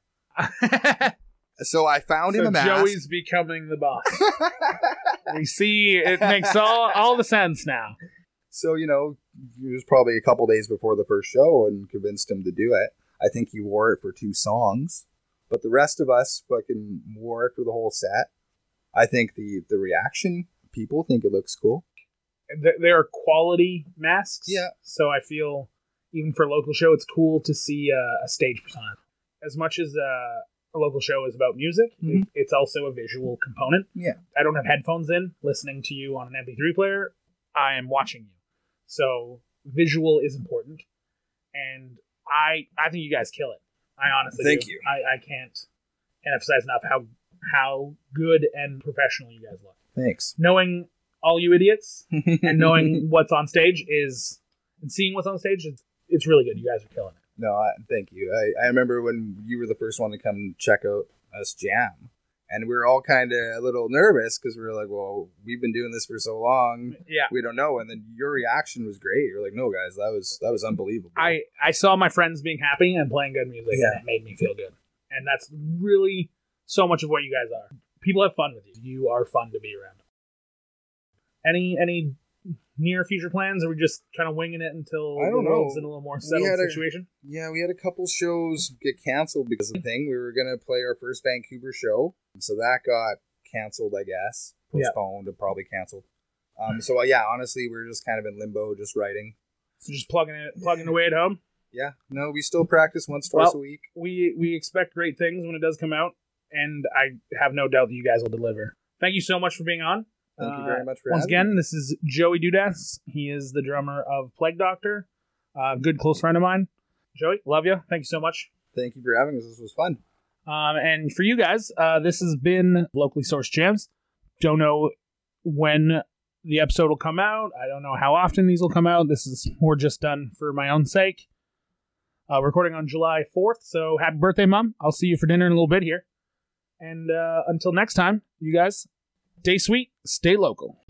So I found him so a mask. Joey's becoming the boss. *laughs* we see it makes all, all the sense now. So, you know, it was probably a couple days before the first show and convinced him to do it. I think he wore it for two songs, but the rest of us fucking wore it for the whole set. I think the the reaction, people think it looks cool. Th- There are quality masks. Yeah. So I feel even for a local show, it's cool to see uh, a stage persona. As much as uh, a local show is about music, it, Mhm. it's also a visual component. Yeah. I don't have headphones in, listening to you on an MP3 player. I am watching you. So visual is important, and I I think you guys kill it. I honestly Thank do. you. I, I can't emphasize enough how how good and professional you guys look. Thanks. Knowing all you idiots *laughs* and *laughs* knowing what's on stage is and seeing what's on stage is it's really good. You guys are killing it. *laughs* No, I, thank you. I, I remember when you were the first one to come check out us jam. And we were all kind of a little nervous because we were like, well, we've been doing this for so long. Yeah. We don't know. And then your reaction was great. You're like, no, guys, that was that was unbelievable. I I saw my friends being happy and playing good music, Yeah. and it made me feel good. And that's really so much of what you guys are. People have fun with you. You are fun to be around. Any any near future plans? Are we just kind of winging it until I don't the world's know. in a little more We settled had a- situation? Yeah, we had a couple shows get canceled because of the thing. We were gonna play our first Vancouver show, so that got canceled, I guess, Yeah. postponed, and probably canceled. Um, so uh, yeah, honestly, we were just kind of in limbo, just writing. So just plugging it plugging away at home. Yeah, no, we still practice once, twice Well- a week. We we expect great things when it does come out, and I have no doubt that you guys will deliver. Thank you so much for being on. Thank you Uh, very much for Once having again, me. this is Joey Dudas. He is the drummer of Plague Doctor, a good close friend of mine. Joey, love you. Thank you so much. Thank you for having us. This was fun. Um, and for you guys, uh, this has been locally sourced jams. Don't know when the episode will come out. I don't know how often these will come out. This is more just done for my own sake. Uh, recording on July 4th, so happy birthday, Mom. I'll see you for dinner in a little bit here. And uh, until next time, you guys, stay sweet, stay local.